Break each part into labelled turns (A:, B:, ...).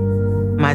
A: My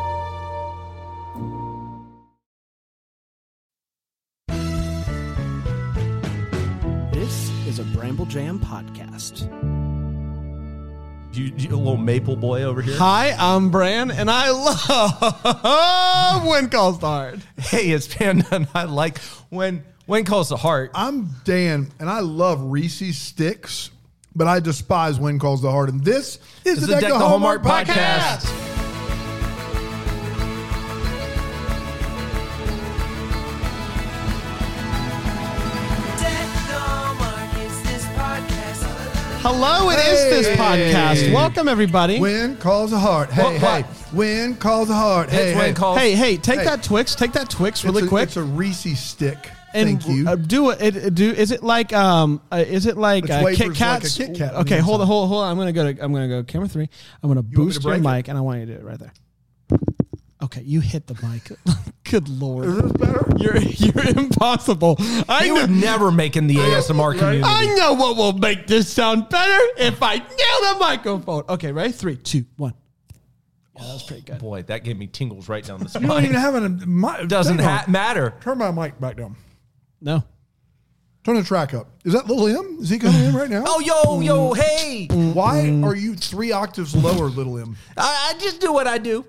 B: This is a Bramble Jam podcast.
C: You, you a little maple boy over here.
D: Hi, I'm Bran, and I love when calls the heart.
C: Hey, it's Panda, and I like when when calls the heart.
E: I'm Dan, and I love Reese's sticks, but I despise when calls the heart. And this is
C: It's
E: the, Deck, the Hallmark, podcast.
D: Hello, it is this podcast. Welcome everybody.
E: When calls the heart. Hey,
C: What, what?
E: hey. When calls the heart.
C: It's
E: Hey,
C: when
E: hey.
C: calls-
D: hey, hey, take
E: Hey.
D: that Twix, take that Twix
E: It's
D: really
E: a-
D: quick.
E: It's a Reese's stick.
D: and
E: Thank you.
D: uh, do it- it. it- Do is it like um? Uh, is it like
E: It's
D: uh,
E: wafers
D: Kit
E: like a
D: Kats?
E: Kit Kat on
D: Okay,
E: the
D: hold on,
E: inside.
D: hold, hold on. I'm gonna go to. I'm gonna go camera three. I'm gonna
E: want me
D: boost
E: to
D: your
E: break it?
D: mic, and I want you to do it right there. Okay, you hit the mic. Good
E: is
D: lord,
E: this better?
D: you're you're impossible. I
C: You would
D: know-
C: never make in the ASMR community.
D: I know what will make this sound better if I nail the microphone. Okay, ready? Three, two, one. Yeah, that was pretty good.
C: Boy, that gave me tingles right down the
E: You don't even
C: spine.
E: have an. My,
C: Doesn't
E: turn it on.
C: ha- matter.
E: Turn my mic back down.
D: No.
E: Turn the track up. Is that Little M? Is he coming in right now?
C: Oh, yo, yo, hey! I,
E: Why are you three octaves lower, Little M?
C: I just do what I do.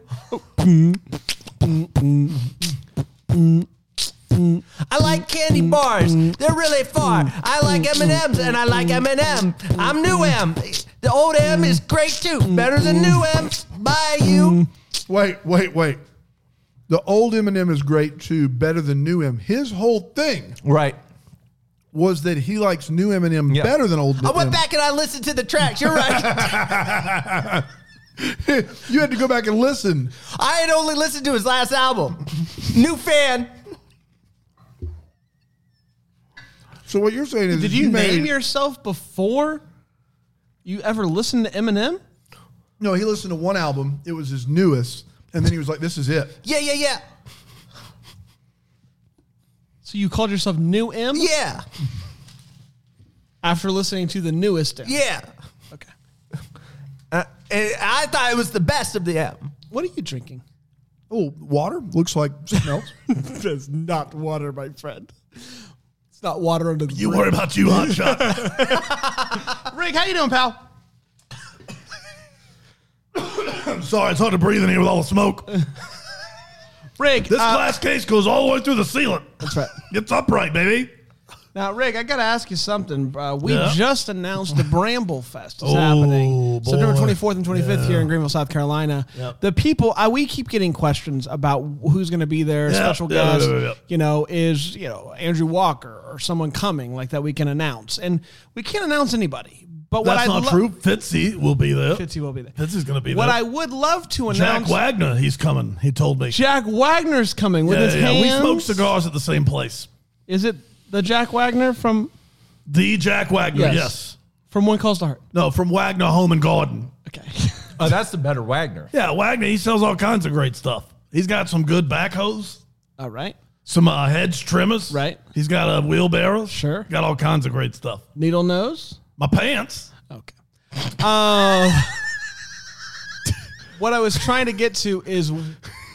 C: I like candy bars. They're really far. I like M and M's, and I like M and M. I'm new M. The old M is great too. Better than new M. Bye, you.
E: Wait, wait, wait. The old Eminem is great too, better than new M. His whole thing
C: Right.
E: was that he likes new Eminem
C: Yeah.
E: better than old Eminem.
C: I went back and I listened to the tracks. You're right.
E: You had to go back and listen.
C: I had only listened to his last album. New fan.
E: So what you're saying is,
D: Did you,
E: made-
D: name yourself before you ever listened to Eminem?
E: No, he listened to one album. It was his newest, and then he was like, "This is it."
C: Yeah, yeah, yeah.
D: So you called yourself New M
C: Yeah.
D: after listening to the newest M.
C: Yeah.
D: Okay.
C: Uh, and I thought it was the best of the M.
D: What are you drinking?
E: Oh, water looks like something else.
D: That's not water, my friend. It's not water under the bridge.
E: about you, hot shot.
D: Rick, how you doing, pal?
E: I'm sorry, it's hard to breathe in here with all the smoke. This
D: Rick, uh,
E: glass case goes all the way through the ceiling.
D: that's right.
E: It's upright, baby.
D: Now, Rick, I got to ask you something. Uh, we
E: Yeah.
D: just announced the Bramble Fest is
F: Oh,
D: happening September 24th and 25th here in Greenville, South Carolina. The people, I, we keep getting questions about who's going to be there, special
E: yeah, yeah,
D: guests.
E: yeah, yeah.
D: You know, is you know Andrew Walker or someone coming like that we can announce, and we can't announce anybody. But what
F: That's
D: I
F: not
D: lo-
F: true. Fitzy will be there.
D: Fitzy will be there.
F: Fitzy's going to be
D: What
F: there.
D: I would love to
F: Jack
D: announce.
F: Wagner, he's coming. He told me.
D: Jack Wagner's coming with
F: yeah,
D: his
F: yeah.
D: hands.
F: We smoked cigars at the same place.
D: Is it the Jack Wagner from
F: The Jack Wagner,
D: Yes.
F: yes.
D: from One Calls to Heart?
F: No, from Wagner Home and Garden.
D: Okay.
C: Oh, that's the better Wagner.
F: Yeah, Wagner, he sells all kinds of great stuff. He's got some good backhoes,
D: All right.
F: some uh, hedge trimmers.
D: Right.
F: He's got a wheelbarrow.
D: Sure.
F: Got all kinds of great stuff.
D: Needle nose.
F: My pants.
D: Okay. Uh, what I was trying to get to is,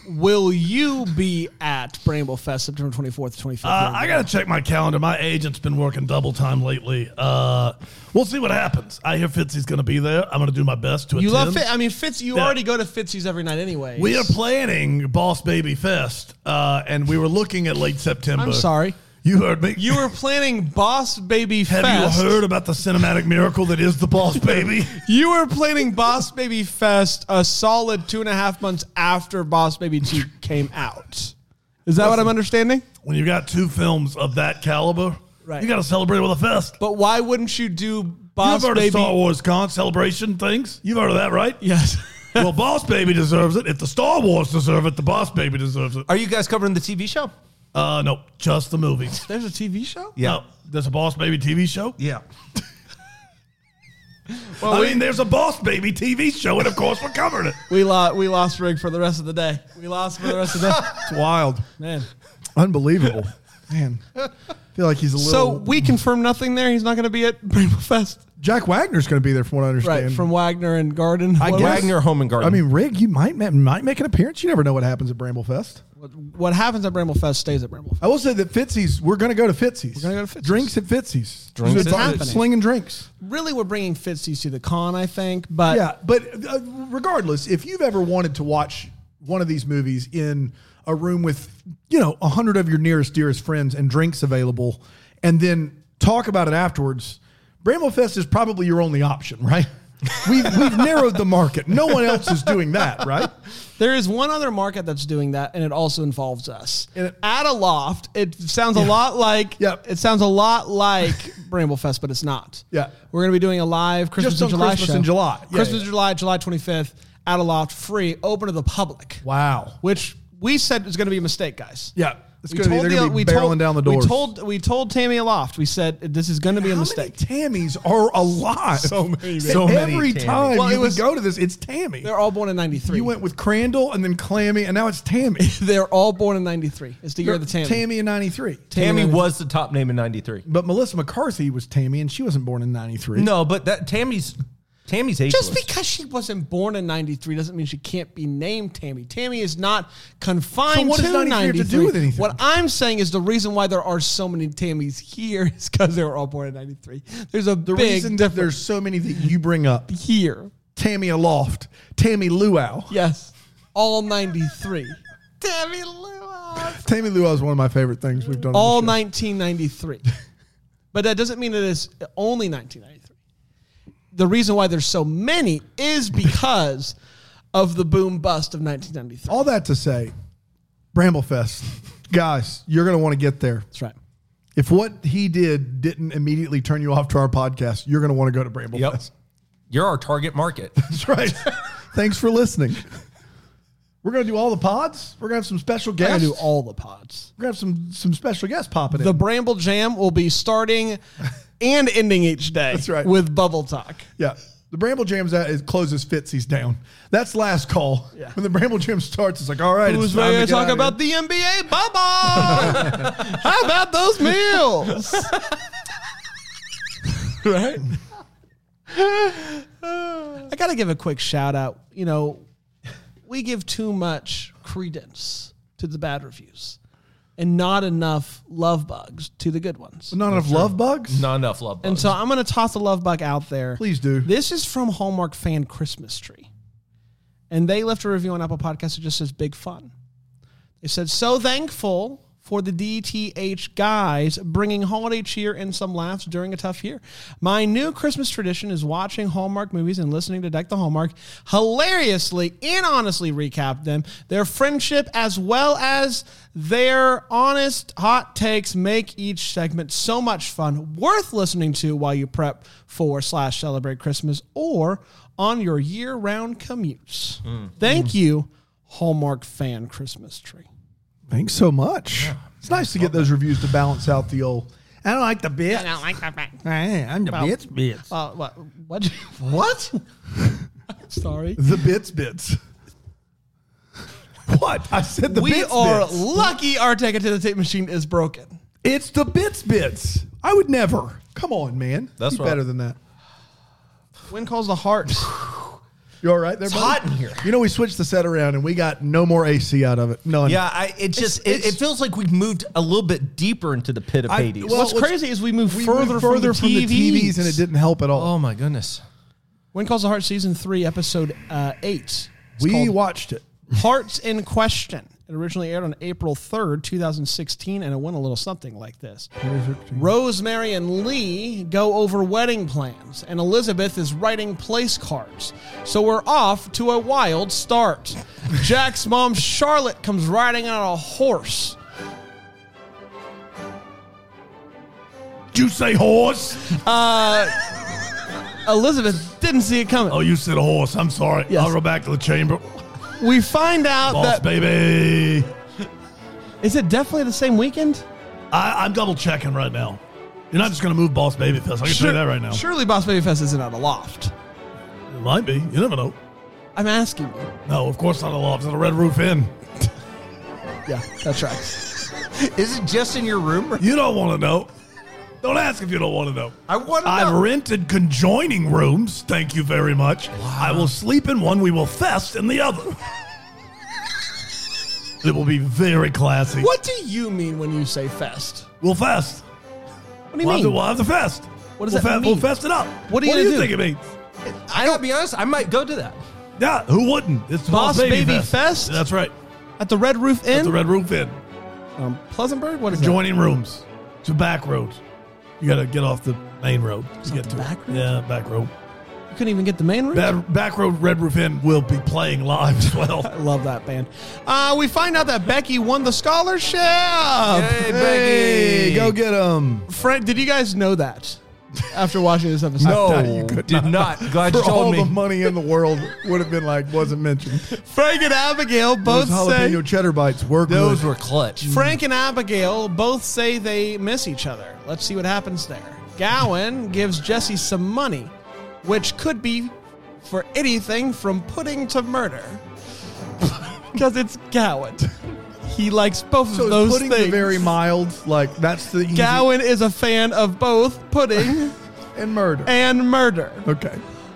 D: will you be at Bramble Fest September 24th, 25th?
F: Uh, I got to check my calendar. My agent's been working double time lately. Uh, we'll see what happens. I hear Fitzy's going to be there. I'm going to do my best to
D: you
F: attend.
D: love Fit. I mean, Fitz. You
F: Yeah.
D: already go to Fitzy's every night anyway.
F: We are planning Boss Baby Fest, uh, and we were looking at late September.
D: I'm sorry.
F: You heard me.
D: You were planning Boss Baby
F: Have
D: Fest.
F: you heard about the cinematic miracle that is the Boss Baby?
D: You were planning Boss Baby Fest a solid two and a half months after Boss Baby Two came out. Is that what I'm understanding?
F: when you got two films of that caliber,
D: Right.
F: you got to celebrate with a fest.
D: But why wouldn't you do Boss
F: You've heard
D: Baby?
F: of Star Wars Con celebration things. You've heard of that, right?
D: Yes.
F: well, Boss Baby deserves it. If the Star Wars deserve it, the Boss Baby deserves it.
C: Are you guys covering the TV show?
F: Uh, no, just the movies.
D: There's a TV show?
F: Yeah. there's a Boss Baby TV show?
G: Yeah.
F: I mean, there's a Boss Baby TV show, and of course, we're covering it.
D: We lost we lost Rig for the rest of the day. We lost for the rest of the day.
E: It's wild.
D: Man.
E: Unbelievable. Man. I feel like he's a little.
D: So we confirm nothing there. He's not going to be at Bramble Fest.
E: Jack Wagner's going to be there, from what I understand.
D: Right, from Wagner and Garden.
G: I
D: What was-
G: Wagner Home and Garden.
E: I mean, Rig, you might ma- might make an appearance. You never know what happens at Bramble Fest.
D: What happens at Bramble Fest stays at Bramble Fest.
E: I will say that Fitzy's, we're going to go to Fitzy's. We're
D: gonna go to Fitzy's.
E: Drinks at Fitzy's.
G: Drinks
E: So
G: at
E: it's all
G: Fitzy's.
E: Slinging drinks.
D: Really, we're bringing Fitzy to the con, I think. But
E: Yeah, but uh, regardless, if you've ever wanted to watch one of these movies in a room with, you know, a hundred of your nearest, dearest friends and drinks available, and then talk about it afterwards, Bramble Fest is probably your only option, right? we've, we've narrowed the market. No one else is doing that, right?
D: there is one other market that's doing that, and it also involves us.
E: And it-
D: at a loft, it sounds a lot like
E: Yep.
D: it sounds a lot like Bramble Fest, but it's not.
E: Yeah.
D: we're going to be doing a live Christmas
E: Just
D: in
E: on
D: July
E: Christmas
D: show.
E: in July. Yeah,
D: Christmas in
E: yeah.
D: July, July twenty fifth, at a loft, free, open to the public.
E: Wow.
D: which we said was going to be a mistake, guys.
E: Yeah, it's
D: We
E: gonna be-
D: told
E: they're gonna
D: the-
E: be
D: we
E: barreling
D: told,
E: down the
D: We
E: doors.
D: told we told Tammy Aloft. We said this is going to be a
E: How
D: mistake.
E: many Tammys are alive?
G: So many,
E: So
G: so many
E: every
G: Tammys.
E: time
D: Well, it
E: you
D: was-
E: would go to this, it's Tammy.
D: They're all born in '93.
E: You went with Crandall and then Clammy, and now it's Tammy.
D: They're all born in '93. It's the year of the Tammy.
E: in 93.
G: Tammy
D: Tammy-
G: was the top name in '93.
E: But Melissa McCarthy was Tammy, and she wasn't born in 93.
G: No, but that Tammy's Tammy's ageless.
D: Just because she wasn't born in '93 doesn't mean she can't be named Tammy. Tammy is not confined
E: So what
D: to
E: does 93 have to do
D: 93.
E: with anything?
D: What I'm saying is the reason why there are so many Tammys here is because they were all born in '93. There's a
E: The
D: big
E: reason that
D: difference
E: there's so many that you bring up
D: here.
E: Tammy Aloft, Tammy Luau.
D: Yes, all '93. Tammy Lewis.
E: Tammy Luau is one of my favorite things we've done. on the
D: all
E: show.
D: 1993. but that doesn't mean it is only 1993. The reason why there's so many is because of the boom bust of 1993.
E: All that to say, Bramblefest, guys, you're going to want to get there.
D: That's right.
E: If what he did didn't immediately turn you off to our podcast, you're going to want to go to Bramblefest.
G: Yep. You're our target market.
E: That's right. Thanks for listening. We're going to do all the pods. We're going to have some special
D: We're gonna
E: guests.
D: do all the pods.
E: We're going to have some, some special guests popping
D: The
E: in.
D: Bramble Jam will be starting and ending each day.
E: That's right.
D: With Bubble Talk.
E: Yeah. The Bramble Jam's out, it closes Fitzy's down. That's last call.
D: Yeah.
E: When the Bramble Jam starts, it's like, all right,
D: Who's
E: it's time
D: ready to
E: get
D: talk
E: outta
D: about
E: here.
D: the NBA bubble? How about those meals? right? I got to give a quick shout out. You know, we give too much credence to the bad reviews and not enough love bugs to the good ones.
E: not enough love bugs?
G: Not enough love.
D: And
G: bugs.
D: so I'm going to toss a love bug out there.
E: Please do.
D: This is from Hallmark Fan Christmas Tree. And they left a review on Apple Podcasts that just says big fun. They said, So thankful for the DTH guys bringing holiday cheer and some laughs during a tough year. My new Christmas tradition is watching Hallmark movies and listening to Deck the Hallmark hilariously and honestly recap them. Their friendship as well as their honest hot takes make each segment so much fun, worth listening to while you prep for slash celebrate Christmas or on your year-round commutes. Thank you, Hallmark fan Christmas tree.
E: Thanks so much. It's nice to get those reviews to balance out the old. I don't like the bit. I don't like the bit. I'm the bits bits.
D: Uh, what? What?
E: What?
D: Sorry.
E: The bits bits. what? I said the
D: We
E: bits
D: are
E: bits.
D: lucky our ticket to the tape machine is broken.
E: It's the bits bits. I would never. Come on, man.
G: That's
E: Be
G: what I-
E: better than that.
D: Wind calls the heart.
E: You all right there? buddy?
G: hot in here.
E: You know, we switched the set around and we got no more AC out of it. None.
G: yeah, I, it just it, it feels like we've moved a little bit deeper into the pit of
E: I-
G: Hades.
E: well-
D: What's crazy is we move
E: We
D: further,
E: moved further from the TVs. and it didn't help at all.
G: oh my goodness.
D: When calls the heart season three, episode uh, eight. It's
E: we
D: called
E: watched it.
D: Hearts in Question. It originally aired on April 3rd, 2016, and it went a little something like this. Rosemary and Lee go over wedding plans, and Elizabeth is writing place cards. So we're off to a wild start. Jack's mom, Charlotte, comes riding on a horse.
F: Did you say horse?
D: Uh, Elizabeth didn't see it coming.
F: Oh, you said horse. I'm sorry.
D: Yes.
F: I'll go back to the chamber.
D: We find out
F: Boss
D: that
F: baby.
D: Is it definitely the same weekend?
F: I, I'm double checking right now. You're not just going to move Boss Babyface. I can tell you that right now.
D: Surely Boss Baby Fest isn't at a loft.
F: It might be. You never know.
D: I'm asking you.
F: No, of course not a loft. It's at a Red Roof Inn.
D: Yeah, that's right.
G: Is it just in your room?
F: You don't want to know. Don't ask if you don't want to know.
G: I want to
F: I've
G: know.
F: rented conjoining rooms. Thank you very much. I will sleep in one. We will fest in the other. it will be very classy.
D: What do you mean when you say fest?
F: We'll fest.
D: What do you
F: we'll, Have
D: mean?
F: the, we'll have the fest.
D: What does
F: we'll
D: that
F: fe-
D: mean?
F: We'll fest it up.
D: What are you
F: what
D: gonna
F: do you
D: do?
F: think it means?
G: I gotta be honest. I might go to that.
F: Yeah, who wouldn't? It's the
D: Boss
F: Baby,
D: Baby
F: fest.
D: Fest?
F: That's right.
D: At the Red Roof
F: It's
D: Inn?
F: the Red Roof Inn.
D: um, Pleasantburg? What is that?
F: Joining rooms. It's a back road. You got to get off the main road to get
D: the
F: to it.
D: back road?
F: Yeah, back road.
D: You couldn't even get the main room?
F: Bad, back road Red Roof Inn will be playing live as well.
D: I love that band. Uh, we find out that Becky won the scholarship.
G: Hey, Becky.
E: go get them.
D: Frank, did you guys know that after watching this episode?
E: you could
G: Did not. Glad
E: For
G: you
E: all
G: told
E: the
G: me.
E: money in the world would have been like wasn't mentioned.
D: Frank and Abigail both
E: Those
D: say
E: jalapeno cheddar bites were
G: Those
E: good.
G: were clutch.
E: Mm.
D: Frank and Abigail both say they miss each other. Let's see what happens there. Gowan gives Jesse some money, which could be for anything from pudding to murder. Because it's Gowan. He likes both of
E: so is
D: those
E: pudding the
D: things.
E: very mild. Like that's the easy
D: Gowan is a fan of both pudding
E: and murder.
D: and murder.
E: okay.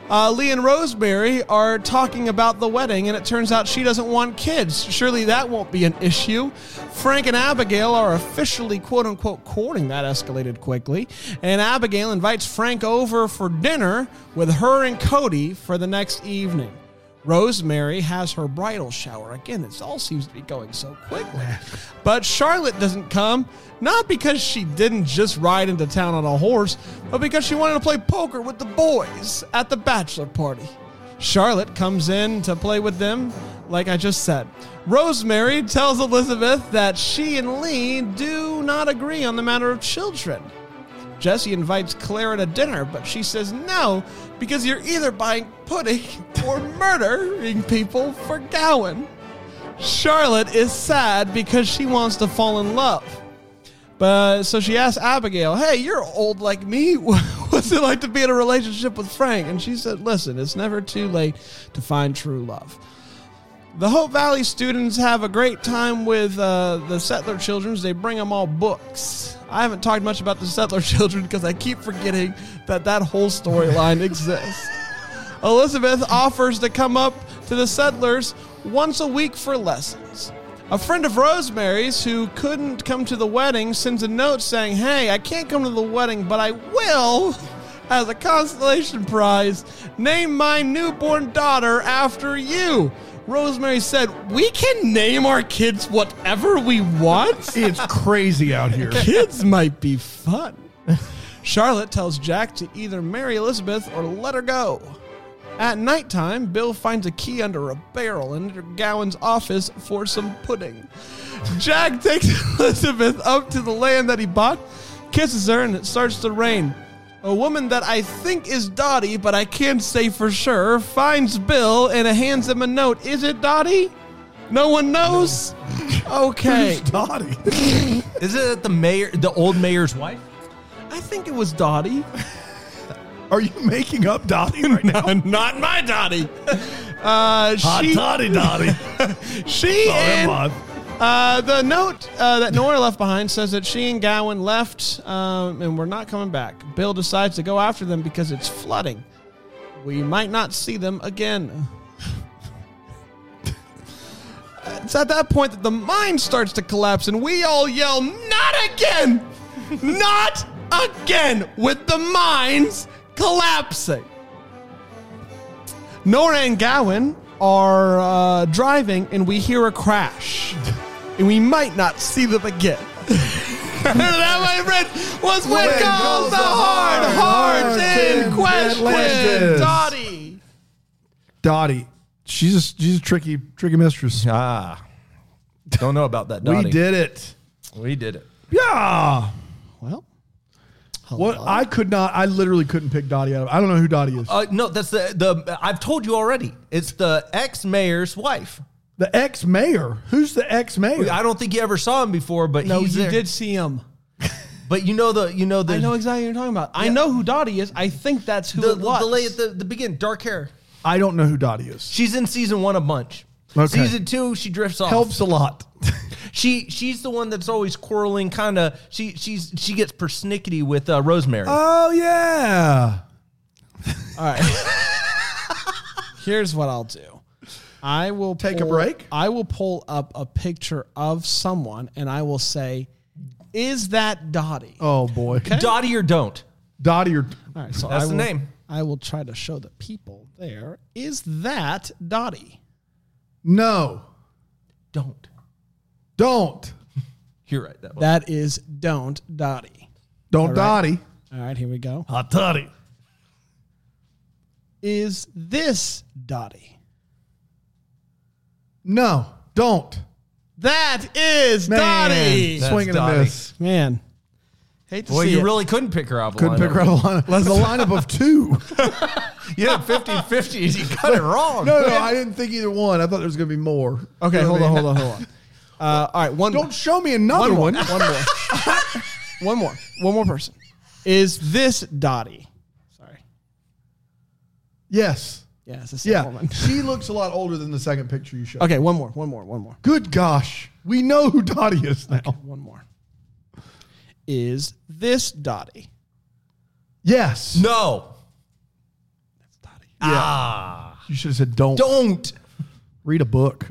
D: Uh, Lee and Rosemary are talking about the wedding, and it turns out she doesn't want kids. Surely that won't be an issue. Frank and Abigail are officially, quote unquote, courting. That escalated quickly. And Abigail invites Frank over for dinner with her and Cody for the next evening. Rosemary has her bridal shower. Again, this all seems to be going so quickly. But Charlotte doesn't come, not because she didn't just ride into town on a horse, but because she wanted to play poker with the boys at the bachelor party. Charlotte comes in to play with them, like I just said. Rosemary tells Elizabeth that she and Lee do not agree on the matter of children. Jesse invites Clara to dinner, but she says no because you're either buying pudding or murdering people for Gowan. Charlotte is sad because she wants to fall in love. But so she asks Abigail, Hey, you're old like me. What's it like to be in a relationship with Frank? And she said, Listen, it's never too late to find true love. The Hope Valley students have a great time with uh, the settler childrens. They bring them all books. I haven't talked much about the settler children because I keep forgetting that that whole storyline exists. Elizabeth offers to come up to the settlers once a week for lessons. A friend of Rosemary's who couldn't come to the wedding sends a note saying, Hey, I can't come to the wedding, but I will, as a consolation prize, name my newborn daughter after you. Rosemary said, We can name our kids whatever we want.
E: It's crazy out here.
D: kids might be fun. Charlotte tells Jack to either marry Elizabeth or let her go. At nighttime, Bill finds a key under a barrel in Gowan's office for some pudding. Jack takes Elizabeth up to the land that he bought, kisses her, and it starts to rain. A woman that I think is Dottie, but I can't say for sure, finds Bill and hands him a note. Is it Dottie? No one knows? Okay.
F: Naughty.
G: Is it the mayor, the old mayor's wife?
D: I think it was Dottie.
F: Are you making up Dottie right now?
D: Not my Dottie. Uh,
F: Hot
D: she,
F: Toddy Dottie.
D: she
F: Oh,
D: and
F: come on.
D: uh, the note uh, that Nora left behind says that she and Gowan left um, and we're not coming back. Bill decides to go after them because it's flooding. We might not see them again. it's at that point that the mine starts to collapse and we all yell, Not again! not again! With the mines collapsing. Nora and Gowan are uh, driving, and we hear a crash, and we might not see them again. that, my friend, was when,
E: When
D: goes the hard, hard, in question,
E: questions.
D: Dottie.
E: Dottie, she's a, she's a tricky tricky mistress.
G: Ah, don't know about that.
E: We did it.
G: We did it.
E: Yeah.
D: Well,
E: What I could not, I literally couldn't pick Dottie out of. I don't know who Dottie is.
G: Uh, no, that's the the. I've told you already. It's the ex mayor's wife.
E: The ex mayor. Who's the ex mayor?
G: I don't think you ever saw him before, but
D: No,
G: he's
D: you
G: there.
D: did see him.
G: But you know the you know the
D: I know exactly what you're talking about. I know who Dottie is. I think that's who
G: the,
D: it was.
G: the lady at the, the beginning, dark hair.
E: I don't know who Dottie is.
G: She's in season one a bunch.
E: Okay.
G: Season two, she drifts off.
E: Helps a lot.
G: She she's the one that's always quarreling, kind of. She she's she gets persnickety with uh, Rosemary.
E: oh yeah.
D: All right. Here's what I'll do. I will
E: Take a
D: pull-
E: break?
D: I will pull up a picture of someone and I will say, "Is that Dottie?"
E: Oh boy.
G: Dottie or don't.
E: Dottie or
D: All right, so
G: That's
D: I
G: the
D: will-
G: name.
D: I will try to show the people there. Is that Dottie?
E: no.
G: Don't.
E: Don't.
G: You're right. That one.
D: That is don't Dottie.
E: Don't Dottie.
D: All right, here we go.
F: Hot toddy.
D: Is this Dottie?
E: No. Don't.
D: That is Dottie.
G: That's
E: Swing and a
G: Dottie.
E: miss.
D: Man, hate to
G: Boy,
D: see
G: you
D: it.
G: really couldn't pick her up.
E: Couldn't pick her out of the lineup. That's a lineup of two.
G: You had 50 50 You got it wrong.
E: No, no, I didn't think either one. I thought there was going to be more.
D: Okay,
E: You know
D: hold
E: what I
D: on, hold
E: mean?
D: on, hold on. Uh, all right, one.
E: Don't show me another
D: more,
E: one.
D: One more. one more. One more person. Is this Dottie? Sorry.
E: Yes.
D: Yes, this is yeah.
E: Yeah.
D: woman.
E: she looks a lot older than the second picture you showed.
D: Okay, one more. One more. One more.
E: Good gosh. We know who Dottie is now.
D: One more. Is this Dottie?
E: Yes.
G: No.
E: You should have said don't.
G: Don't.
E: Read a book.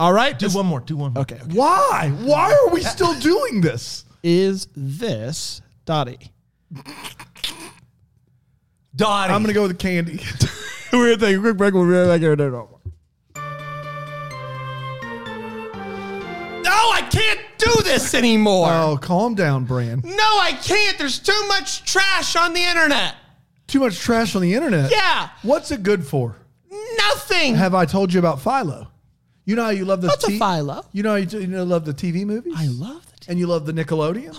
D: All right.
G: Do
D: this-
G: one more. Do one more.
D: okay. okay.
E: Why? Why are we still doing this?
D: Is this Dottie?
G: Dottie.
E: I'm going to go with the candy.
D: Weird thing. Quick break. We'll be right back. Here. No, no. No, I can't do this anymore.
E: oh, calm down, Bran.
D: No, I can't. There's too much trash on the internet.
E: Too much trash on the internet.
D: Yeah.
E: What's it good for?
D: Nothing.
E: Have I told you about Philo? You know how you love the
D: What's a
E: t-
D: Philo?
E: You know how you, t- you know, love the TV movies?
D: I love the t-
E: and you love the Nickelodeon,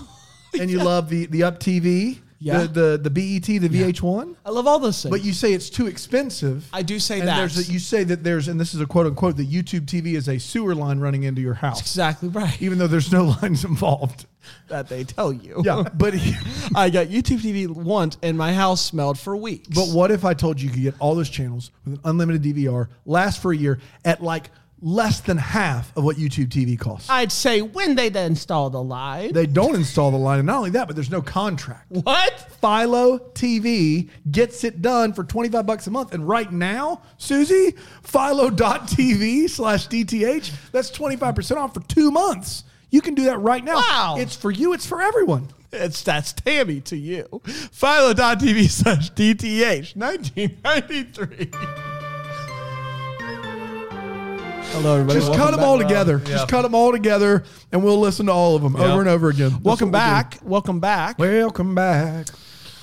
E: and you love the the Up TV,
D: Yeah.
E: the, the the BET, the VH1.
D: I love all those things.
E: But you say it's too expensive.
D: I do say
E: and
D: that.
E: There's a, you say that there's, and this is a quote unquote, that YouTube TV is a sewer line running into your house,
D: exactly right.
E: even though there's no lines involved.
D: that they tell you.
E: Yeah, but he-
D: I got YouTube TV once, and my house smelled for weeks.
E: but what if I told you you could get all those channels with an unlimited DVR, last for a year at like less than half of what YouTube TV costs?
D: I'd say when they install the line.
E: they don't install the line, and not only that, but there's no contract.
D: what?
E: Philo TV gets it done for 25 bucks a month. And right now, Susie, philo.tv slash DTH, that's 25% off for two months. You can do that right now.
D: Wow.
E: It's for you, it's for everyone.
D: It's that's Tammy to you. Philo.tv slash DTH 1993. Hello, everybody.
E: Just
D: Welcome
E: cut them
D: back.
E: all together. Just cut them all together, and we'll listen to all of them over and over again. That's
D: Welcome
E: what we'll
D: back. Welcome back.
E: do. Welcome back.
D: To-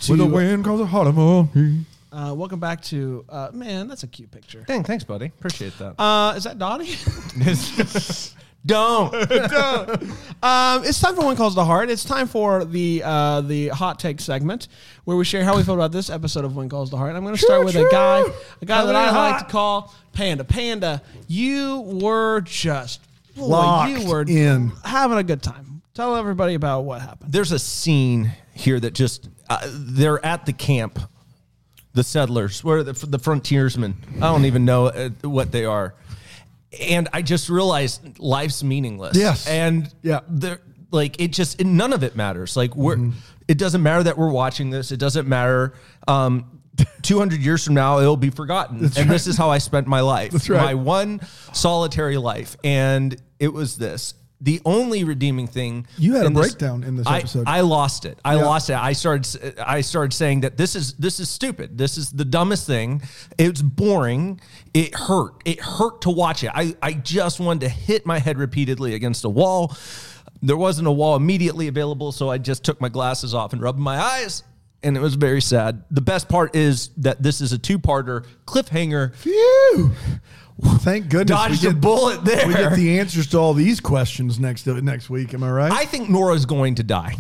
E: when the wind calls it hot among me.
D: Uh, welcome back to, uh, man, that's a cute picture.
G: Dang, thanks, buddy. Appreciate that.
D: Uh, is that Dottie?
G: Don't.
D: Um, it's time for one calls the heart. It's time for the uh, the hot take segment where we share how we feel about this episode of One Calls the Heart. I'm going to start with a guy, a guy that I like to call Panda. Panda, you were just boy,
E: Locked
D: you were
E: in.
D: having a good time. Tell everybody about what happened.
G: There's a scene here that just, uh, they're at the camp, the settlers, where the, the frontiersmen. I don't even know uh, what they are. And I just realized life's meaningless.
E: Yes.
G: And
E: Yeah. Mm-hmm.
G: there like it just it, none of it matters like we're it doesn't matter that we're watching this it doesn't matter um 200 years from now it'll be forgotten and this is how i spent my life
E: right.
G: my one solitary life and it was this the only redeeming thing
E: You had a
G: in this-
E: breakdown in this
G: I-
E: episode.
G: I lost it. I lost it. I started. I started saying that this is this is stupid. This is the dumbest thing. It's boring. It hurt. It hurt to watch it. I I just wanted to hit my head repeatedly against a wall. There wasn't a wall immediately available, so I just took my glasses off and rubbed my eyes. And it was very sad. The best part is that this is a two-parter cliffhanger.
E: Phew. Thank goodness. we
G: Dodged a
E: get-
G: bullet there.
E: We get the answers to all these questions next next week. Am I right?
G: I think Nora's going to die.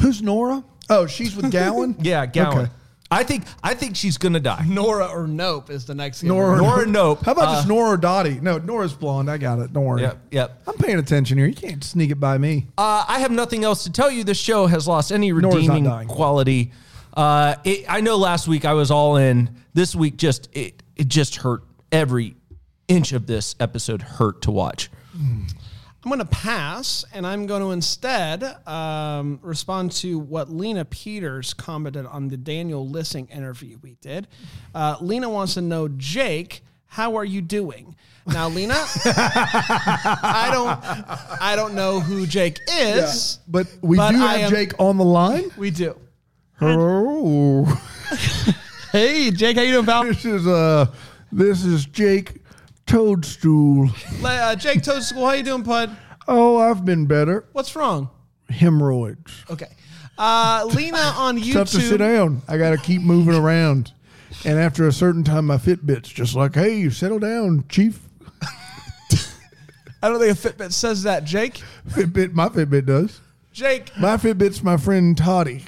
E: Who's Nora? Oh, she's with Gowan.
G: Yeah, Gowan.
E: Okay.
G: I think I think she's gonna die.
D: Nora or Nope is the next game.
E: Nora,
G: Nora Nope.
E: How about
G: Uh,
E: just Nora or Dottie? No, Oh, Nora's blonde. I got it. Don't worry.
G: Yep, yep.
E: I'm paying attention here. You can't sneak it by me.
G: Uh, I have nothing else to tell you. This show has lost any
E: it's not
G: redeeming
E: dying.
G: quality. Uh, it, I know last week I was all in. This week just it it just hurt. Every inch of this episode hurt to watch.
D: I'm going to pass, and I'm going to instead um, respond to what Lena Peters commented on the Daniel Lissing interview we did. Uh, Lena wants to know, Jake, how are you doing? Now, Lena, I don't, I don't know who Jake is,
E: But we do
D: I
E: have
D: am-
E: Jake on the line.
D: We do.
E: Oh,
D: Hey, Jake, how you doing, pal?
E: this is uh, this is Jake Toadstool.
D: Le- uh, Jake Toad School, how you doing, bud?
E: Oh, I've been better.
D: What's wrong?
E: Hemorrhoids.
D: Okay. Uh, Lena on YouTube.
E: Tough to sit down. I got to keep moving around. And after a certain time, my Fitbit's just like, "Hey, settle down, Chief."
D: I don't think a Fitbit says that, Jake.
E: Fitbit, my Fitbit does.
D: Jake,
E: My Fitbit's my friend Toddy.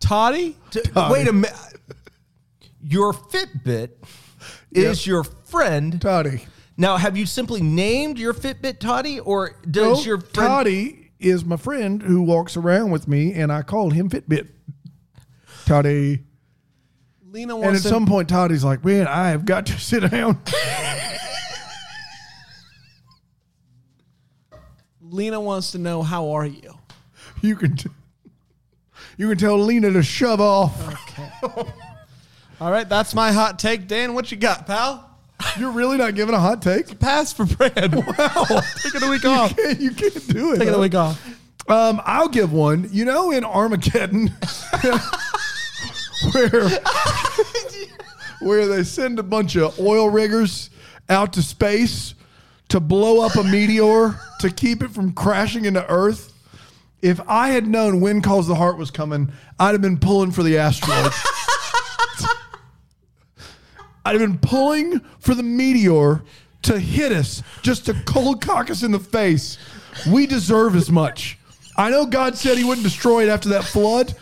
D: Toddy?
G: Wait a minute. Your Fitbit is your friend.
E: Toddy.
G: Now, have you simply named your Fitbit Toddy, or does
E: No,
G: your friend?
E: Toddy is my friend who walks around with me, and I call him Fitbit. Toddy.
D: Lena
E: And
D: wants
E: at
D: to
E: some point, Toddy's like, man, I have got to sit down.
D: Lena wants to know how are you?
E: You can, t- you can tell Lena to shove off.
D: All right, that's my hot take. Dan, what you got, pal?
E: You're really not giving a hot take.
D: Pass for bread. Wow. Taking a week off.
E: Yeah, you can't do it.
D: Taking
E: huh?
D: a week off.
E: Um, I'll give one. You know, in Armageddon, where where they send a bunch of oil riggers out to space to blow up a meteor to keep it from crashing into Earth. If I had known when Calls the Heart was coming, I'd have been pulling for the asteroid. I'd have been pulling for the meteor to hit us, just to cold cock us in the face. We deserve as much. I know God said he wouldn't destroy it after that flood.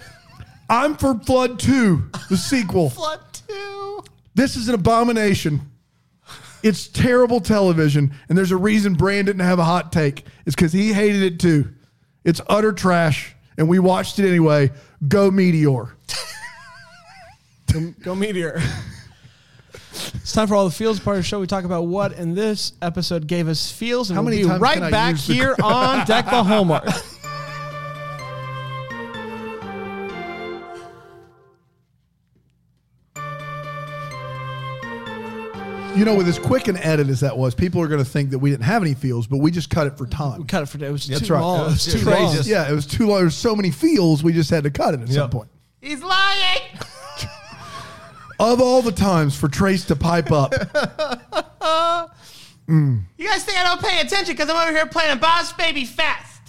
E: I'm for Flood 2, the sequel. Flood 2. This is an abomination. It's terrible television, and there's a reason Brand didn't have a hot take. It's because he hated it too. It's utter trash, and we watched it anyway. Go Meteor.
D: Go Meteor. It's time for all the feels part of the show. We talk about what in this episode gave us feels, and
E: How
D: we'll
E: many
D: be
E: times
D: right
E: can I
D: back
E: use the-
D: here on Deck the Hallmark.
E: You know, with as quick an edit as that was, people are going to think that we didn't have any feels, but we just cut it for time.
D: Cut it for day. It was
E: That's
D: too
E: right.
D: long. It was too
G: Crazy.
D: long.
E: Yeah, it was too long. There's so many feels, we just had to cut it at some
G: Yep.
E: point.
A: He's lying.
E: Of all the times for Trace to pipe up,
A: You guys think I don't pay attention because I'm over here playing Boss Baby Fast.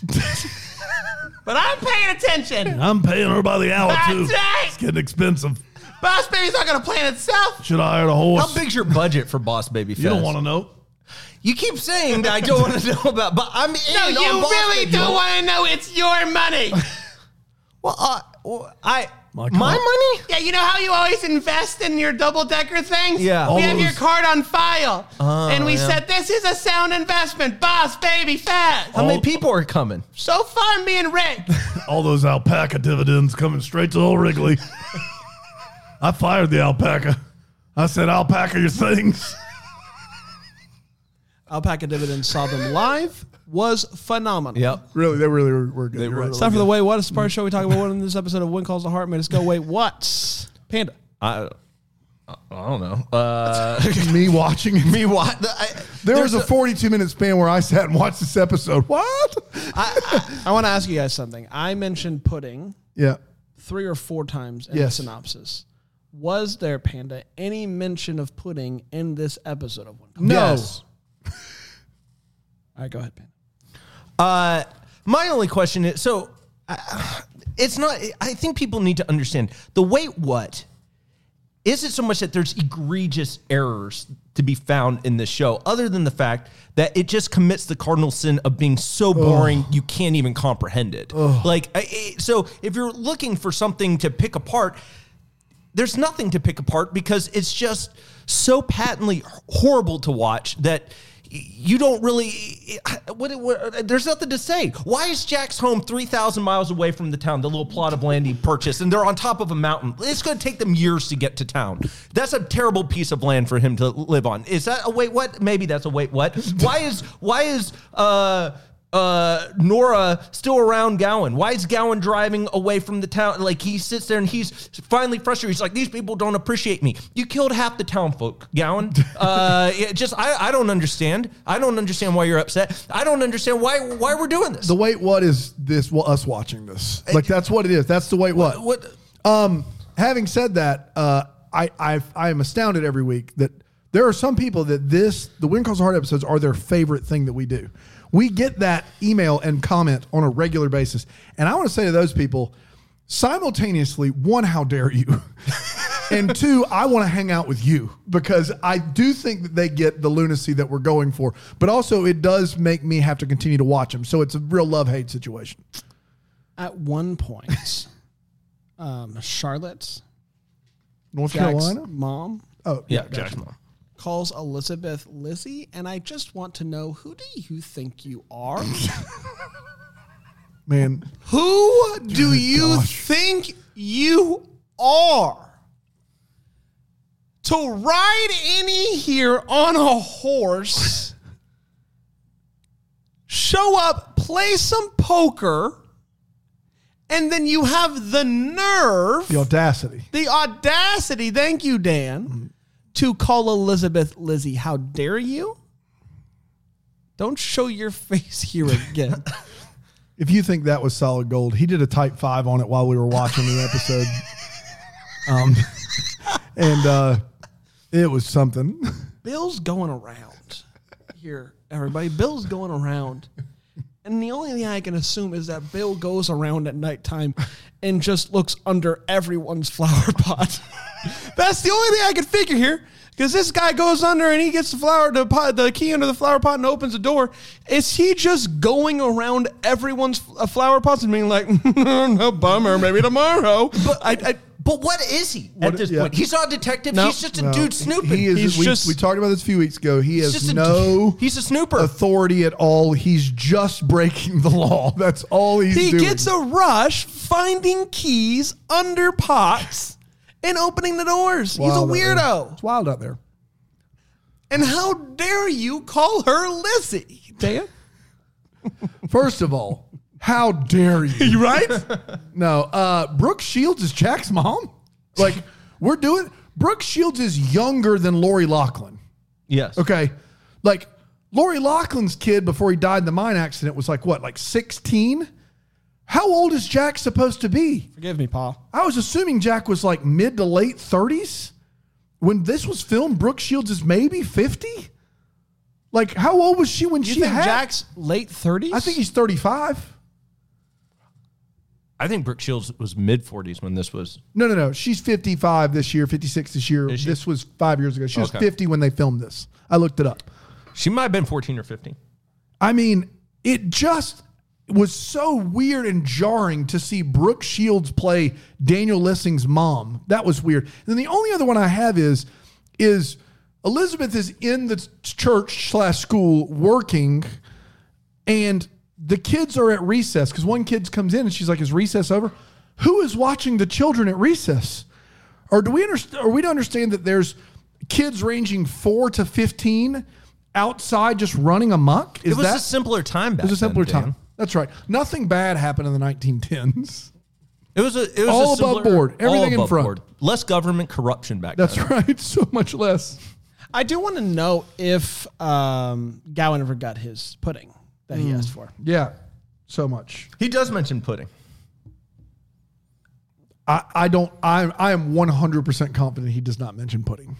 A: but I'm paying attention.
F: I'm paying her by the hour, too.
A: That's right.
F: It's getting expensive.
A: Boss Baby's not going to plan itself.
F: Should I hire a horse?
G: How big's your budget for Boss Baby?
F: You don't want to know.
G: You keep saying that I don't want to know about, but I'm in.
A: No,
G: on
A: you
G: Boss
A: really
G: Baby.
A: do want to know it's your money.
G: Well, uh, well, I my,
F: God.
G: money.
A: yeah, you know how you always invest in your double decker things?
G: Yeah.
A: We
G: All
A: have your
E: those-
A: card on file. and we
G: yeah.
A: said, this is a sound investment. Boss Baby Fast.
F: Oh.
G: How many people are coming?
A: So far, me and Rick.
F: All those alpaca dividends coming straight to old Wrigley. I fired the alpaca. I said, alpaca your things.
D: Alpaca Dividend saw them live. Was phenomenal.
G: Yep.
E: really, they really were, were good. You're right.
D: It's time for the Wait What is the part of the show. We talk about what in this episode of When Calls the Heart made us go, Wait, what? Panda.
G: I I don't know. Uh,
E: me watching it.
G: me what? I,
E: There was
G: there's
E: a 42 minute span where I sat and watched this episode. What?
D: I, I, want to ask you guys something. I mentioned pudding
E: yeah.
D: three or four times in
E: Yes.
D: the synopsis. Was there, Panda, any mention of pudding in this episode of One? Call?
E: No.
G: Yes.
D: All right, go ahead, Panda.
G: Uh, my only question is so uh, it's not, I think people need to understand the wait what isn't so much that there's egregious errors to be found in this show, other than the fact that it just commits the cardinal sin of being so boring you can't even comprehend it. Like, I- I- so if you're looking for something to pick apart, there's nothing to pick apart because it's just so patently horrible to watch that y- you don't really what, what there's nothing to say why is jack's home 3000 miles away from the town the little plot of land he purchased and they're on top of a mountain it's going to take them years to get to town that's a terrible piece of land for him to live on is that a wait what maybe that's a wait what why is why is uh uh, Nora still around Gowan? Why is Gowan driving away from the town? Like he sits there and he's finally frustrated. He's like, these people don't appreciate me. You killed half the town folk, Gowan. Uh, it just I, I don't understand. I don't understand why you're upset. I don't understand why why we're doing this.
E: The wait what is this well, us watching this. Like that's what it is. That's the wait what.
G: what
E: Um having said that, uh I I I am astounded every week that there are some people that this the Win Calls Hard episodes are their favorite thing that we do. We get that email and comment on a regular basis. And I want to say to those people simultaneously, one, how dare you? and two, I want to hang out with you because I do think that they get the lunacy that we're going for, but also it does make me have to continue to watch them. So it's a real love hate situation.
D: At one point, um, Charlotte,
E: North
D: Jack's
E: Carolina?
D: mom,
E: Oh,
G: yeah, Jack's mom.
D: calls Elizabeth Lizzie, and I just want to know who do you think you are?
E: man.
D: Who do you
E: gosh.
D: think you are? To ride any here on a horse, show up, play some poker, and then you have the nerve,
E: The audacity.
D: the audacity, thank you, Dan, to call Elizabeth Lizzie. How dare you? Don't show your face here again.
E: If you think that was solid gold, he did a type five on it while we were watching the episode. um, and uh, it was something.
D: Bill's going around here, everybody. Bill's going around. And the only thing I can assume is that Bill goes around at nighttime and just looks under everyone's flower pot. That's the only thing I can figure here. Because this guy goes under and he gets the flower, the, pot, the key under the flower pot and opens the door. Is he just going around everyone's uh, flower pots and being like, no bummer, maybe tomorrow? But I, I,
G: But what is he
E: What-
G: at this
E: yeah.
G: point? He's not a detective.
D: No.
G: He's just a
E: No.
G: dude snooping.
E: He is,
D: He's
E: we,
D: just-
E: we talked about this a few weeks ago. He
G: He's
E: has
G: a-
E: no
G: he's a snooper.
E: authority at all. He's just breaking the law. That's all he's
D: he
E: doing.
D: gets a rush finding keys under pots and opening the doors. He's a
E: Wild out there.
D: weirdo.
E: It's wild out there.
D: And how dare you call her Lizzie? Dan?
E: First of all, how dare you?
D: You right?
E: No, uh, Brooke Shields is Jack's mom. Like we're doing. Brooke Shields is younger than Lori Lachlan.
G: yes.
E: Okay, like Lori Lachlan's kid before he died in the mine accident was like what, like sixteen? How old is Jack supposed to be?
D: Forgive me, Paul.
E: I was assuming Jack was like mid to late thirties when this was filmed. Brooke Shields is maybe fifty. Like how old was she when
D: You
E: she
D: think
E: had?
D: Jack's late 30s?
E: I think he's thirty-five.
G: I think Brooke Shields was mid 40s when this was.
E: No, no, no. She's 55 this year, 56 this year.
G: she?
E: This was five years ago. She
G: Okay.
E: was 50 when they filmed this. I looked it up.
G: She might have been 14 or 15.
E: I mean, it just was so weird and jarring to see Brooke Shields play Daniel Lessing's mom. That was weird. And then the only other one I have is is Elizabeth is in the church slash school working, and the kids are at recess because one kid comes in and she's like, "Is recess over?" Who is watching the children at recess? Or do we understand? Or we don't understand that there's kids ranging four to fifteen outside just running amok? Is
G: it was
E: that
G: a simpler time back
E: it was a simpler
G: then, Dan.
E: time. That's right. Nothing bad happened in the 1910s.
G: It was a it was
E: All
G: a simpler-
E: above board. Everything in front.
G: Less government corruption back
E: That's
G: then.
E: right. So much less.
D: I do want to know if um, Gowan ever got his pudding that he asked for.
E: Yeah. So much.
G: He does mention pudding.
E: I, I don't. I I am 100 percent confident he does not mention pudding.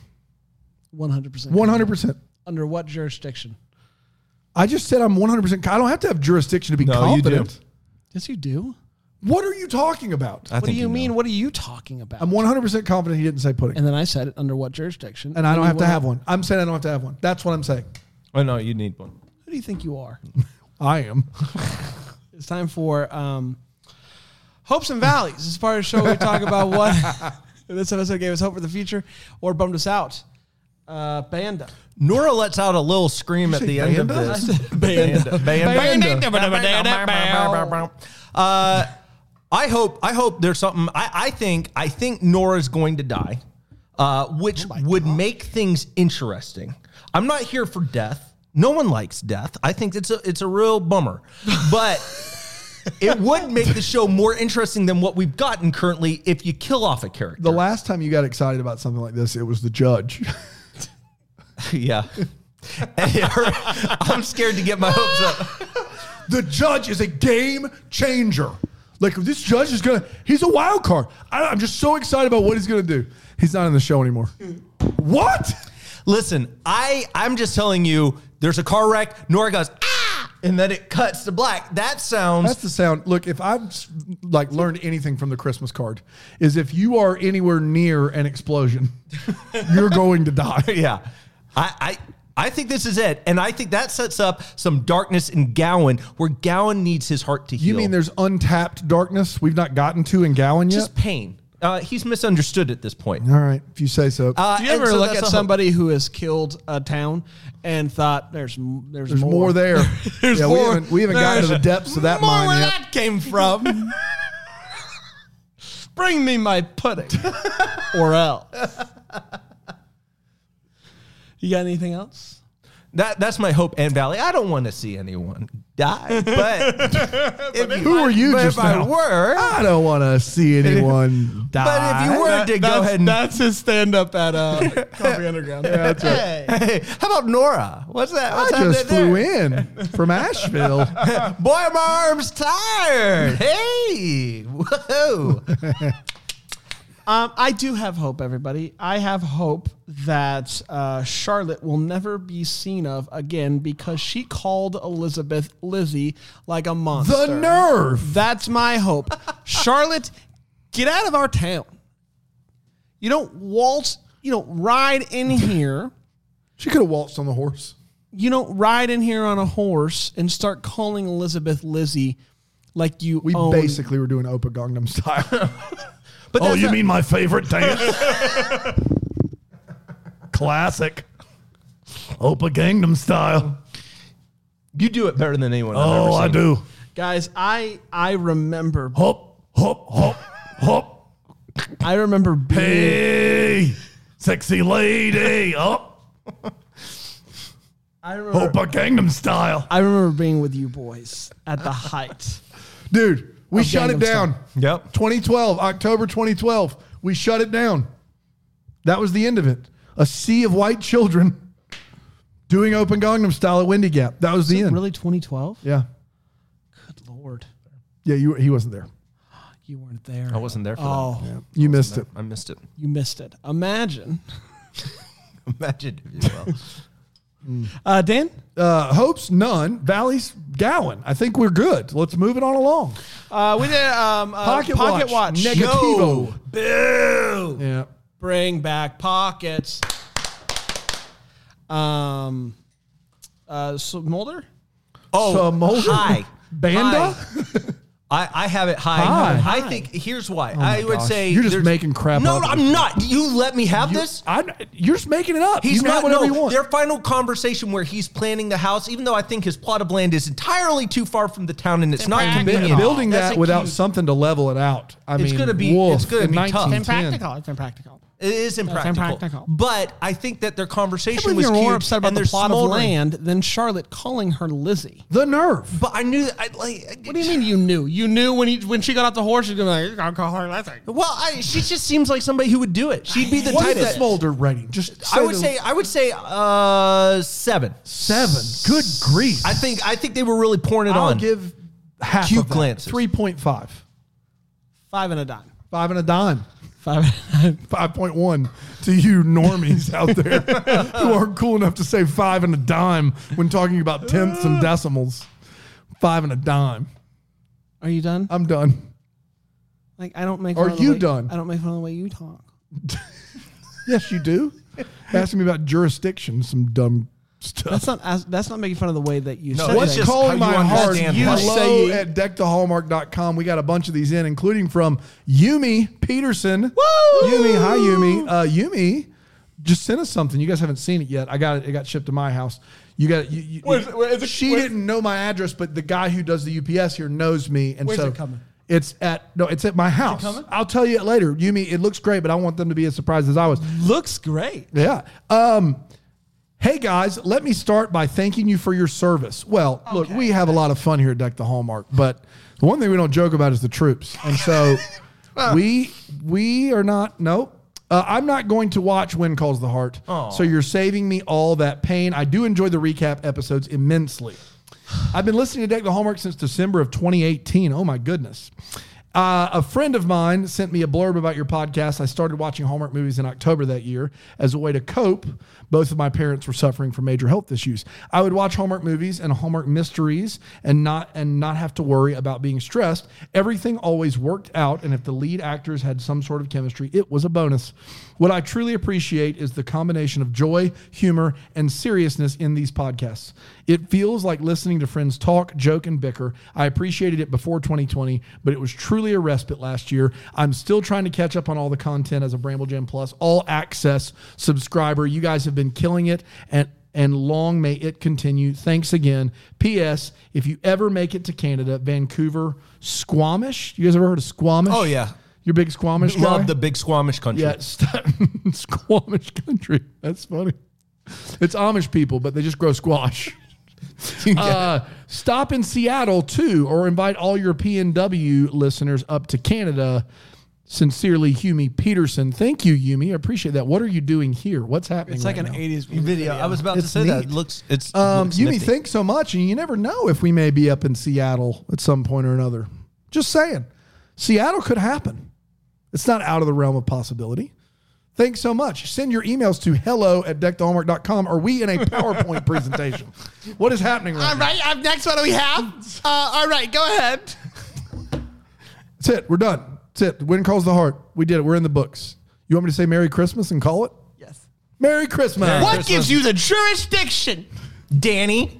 D: 100%.
E: 100 percent.
D: Under what jurisdiction?
E: I just said I'm 100. percent I don't have to have jurisdiction to be
G: No, you do.
E: confident.
D: Yes, you do.
E: What are you talking about?
G: I
D: What do
G: think
D: you
G: know.
D: mean? What are you talking about?
E: I'm 100% confident he didn't say pudding.
D: and then I said it under what jurisdiction?
E: And I don't
D: you
E: have to
D: went-
E: have one. I'm saying I don't have to have one. That's what I'm saying.
G: Oh no, you need one.
D: Who do you think you are?
E: I am.
D: It's time for um, hopes and valleys. This is part of the show where we talk about what this episode gave us hope for the future or bummed us out. Uh, Banda.
G: Nora lets out a little scream at the end of
E: Banda?
G: this. Banda. Banda. Banda. Uh, I hope. I hope there's something. I, I think. I think Nora's going to die, uh, which would make things interesting. I'm not here for death. No one likes death. I think it's a it's a real bummer, but. It would make the show more interesting than what we've gotten currently if you kill off a character.
E: The last time you got excited about something like this, it was the judge.
G: yeah. I'm scared to get my hopes up.
E: the judge is a game changer. Like this judge is gonna, he's a wild card. I, I'm just so excited about what he's gonna do. He's not in the show anymore. what?
G: Listen, I I'm just telling you. There's a car wreck. Nora goes ah, and then it cuts to black. That sounds
E: That's the sound. Look, if I've s- like learned anything from the Christmas card, is if you are anywhere near an explosion, you're going to die.
G: yeah. I I I think this is it, and I think that sets up some darkness in Gowan, where Gowan needs his heart to
E: You
G: heal.
E: mean there's untapped darkness we've not gotten to in Gowan yet?
G: just pain? Uh, he's misunderstood at this point.
E: All right, if you say so.
G: Uh,
D: Do you
G: and
D: ever
G: so
D: look
G: that's
D: at
G: a hope.
D: somebody who has killed a town and thought there's m- there's,
E: There's more, there.
D: There's
E: yeah, We
D: more.
E: haven't, we haven't gotten to the
D: There's
E: depths of that
D: more
E: mine
D: where
E: yet.
D: that came from. Bring me my pudding, or else. You got anything else?
G: That that's my hope and valley. I don't want to see anyone die, but if,
E: Who are you
G: but
E: just
G: if I
E: now? Ah!
G: were,
E: I don't want to see anyone die.
G: but if you were to go
D: that's,
G: ahead and
D: that's his stand up at uh, Coffee Underground. that's right.
G: Hey, how about Nora? What's that? What's
E: I just
G: happening
E: flew
G: there?
E: in from Asheville.
G: Boy, are my arm's tired. Hey, whoa.
D: Um, I do have hope, everybody. I have hope that uh, Charlotte will never be seen of again because she called Elizabeth Lizzie like a monster.
E: the nerve.
D: That's my hope. Charlotte, get out of our town. You don't waltz. You don't ride in here.
E: She could have waltzed on the horse.
D: You don't ride in here on a horse and start calling Elizabeth Lizzie like you
E: We
D: own
E: basically were doing Opa Gangnam style.
G: But
F: Oh,
G: that's
F: you
G: not-
F: mean my favorite dance? Classic. Opa Gangnam style.
G: you do it better than anyone. I've ever
F: Oh, I
G: seen.
F: do.
D: guys. I I remember.
F: Hop, hop, hop, hop.
D: I remember being.
F: Hey, sexy lady.
E: Oh,
F: Up.
D: I remember.
F: Opa Gangnam style.
D: I remember being with you boys at the height.
E: Dude, we
D: Of
E: shut it
D: Gangnam
E: down.
D: Style.
G: Yep.
E: 2012, October 2012, we shut it down. That was the end of it. A sea of white children doing Open Gangnam style at Windy Gap. That was the end.
D: Really, 2012?
E: Yeah.
D: Good lord,
E: Yeah, you, he wasn't there.
D: you weren't there.
G: I wasn't there for
D: Oh,
E: You missed it.
G: that. I missed it.
D: you missed it. Imagine,
G: Imagine if you will.
D: uh, Dan.
E: Uh, hopes, none. Valleys, Gowan. I think we're good. Let's move it on along.
D: Uh, we did um, uh,
E: Pocket
D: pocket
E: watch.
D: watch.
E: Negativo.
D: No.
F: Boo.
E: Yeah.
D: Bring back pockets. Um, uh, so Mulder.
G: Oh,
E: Some older-
G: hi.
E: Banda?
G: Hi. I, I have it high.
E: Hi. Oh
G: I think here's why. I would
E: gosh.
G: say
E: You're just
G: there's-
E: making crap
G: No,
E: up.
G: I'm not. You let me have this.
E: I'm, you're just making it up.
G: He's
E: you can have
G: not.
E: whatever
G: No,
E: you want.
G: their final conversation where he's planning the house, even though I think his plot of land is entirely too far from the town and it's not
E: Bu-
G: convenient.
E: building
D: That's
E: that
D: a
E: without
D: cute-
E: something to level it out. I
G: It's
E: mean,
G: gonna be-
E: woof,
G: it's gonna
E: in
G: be tough.
E: 1910.
D: It's impractical.
G: It is impractical.
D: impractical.
G: But I think that their conversation
D: Can't
G: was
D: believe you're
G: cute.
D: more upset about
G: and
D: the
G: they're
D: plot
G: smoldering.
D: of land than Charlotte calling her Lizzie.
E: The nerve.
G: But I knew that. I, like,
D: What do you mean you knew? You knew when he when she got off the horse, she's gonna be like, "You're gonna call her Lizzie."
G: Well, I, she just seems like somebody who would do it. She'd be the
E: What
G: type
E: is the
G: that.
E: Smolder rating? Just
G: I would
E: the-
G: say. I would say uh, seven.
E: seven. Good grief.
G: I think. I think they were really pouring it
E: I'll
G: on.
E: give half
G: Cute
E: of that.
G: glances.
E: 3.5.
D: Five and a dime.
E: Five and a dime.
D: Five and a dime.
E: 5.1 to you normies out there who aren't cool enough to say five and a dime when talking about tenths and decimals. Five and a dime.
D: Are you done?
E: I'm done.
D: Like I don't make.
E: Are
D: fun of the
E: you
D: way-
E: done?
D: I don't make fun of the way you talk.
E: Yes, you do. Asking me about jurisdiction, some dumb stuff.
D: That's not. as- That's not making fun of the way that you.
G: No,
D: said
G: it's
D: it.
E: What's
G: just
E: calling
G: how you
E: my heart?
G: understand
E: You
G: life.
E: say at deckthehallmark.com. We got a bunch of these in, including from Yumi Peterson. Woo! Yumi, hi Yumi. Uh, Yumi, just sent us something. You guys haven't seen it yet. I got it. It got shipped to my house. You got. You, you,
H: Where's it- where is it-
E: she
H: where-
E: didn't know my address, but the guy who does the UPS here knows me, and
D: Where's
E: so
D: it coming?
E: It's at no, it's at my house.
D: coming?
E: I'll tell you it later, Yumi. It looks great, but I want them to be as surprised as I was.
D: looks great.
E: Yeah. Um, hey guys, let me start by thanking you for your service. Well, look, we have a lot of fun here at Deck the Hallmark, but the one thing we don't joke about is the troops, and so we we are not. Nope. Uh, I'm not going to watch When Calls the Heart. So you're saving me all that pain. I do enjoy the recap episodes immensely. I've been listening to Deck the Hallmark since December of 2018. Oh my goodness. Uh, a friend of mine sent me a blurb about your podcast. I started watching Hallmark movies in October that year as a way to cope. Both of my parents were suffering from major health issues. I would watch Hallmark movies and Hallmark mysteries and not and not have to worry about being stressed. Everything always worked out, and if the lead actors had some sort of chemistry, it was a bonus. What I truly appreciate is the combination of joy, humor, and seriousness in these podcasts. It feels like listening to friends talk, joke, and bicker. I appreciated it before 2020, but it was truly a respite last year. I'm still trying to catch up on all the content as a Bramble Jam Plus, all access subscriber. You guys have been killing it and and long may it continue. Thanks again. P.S. If you ever make it to Canada, Vancouver, Squamish. You guys ever heard of Squamish?
G: Oh, yeah.
E: You're a big Squamish. guy?
G: Love the big Squamish country.
E: Yeah, st- Squamish country. That's funny. It's Amish people, but they just grow squash. Uh, stop in Seattle too, or invite all your PNW listeners up to Canada. Sincerely, Yumi Peterson. Thank you, Yumi. I appreciate that. What are you doing here? What's happening?
D: It's like
E: right
D: an
E: now?
D: '80s music
G: Video. I was about to
E: It's
G: say that.
E: neat.
G: It looks it's
E: Um,
G: looks
E: Yumi,
G: nifty.
E: thanks so much. And you never know if we may be up in Seattle at some point or another. Just saying, Seattle could happen. It's not out of the realm of possibility. Thanks so much. Send your emails to hello at deckthehallmark.com. Are we in a PowerPoint presentation? What is happening right
H: All
E: now?
H: right, up next, what do we have? Uh, all right, go ahead.
E: That's it. We're done. That's it. When calls the heart. We did it. We're in the books. You want me to say Merry Christmas and call it?
H: Yes.
E: Merry Christmas.
H: What gives you the jurisdiction?
G: Danny.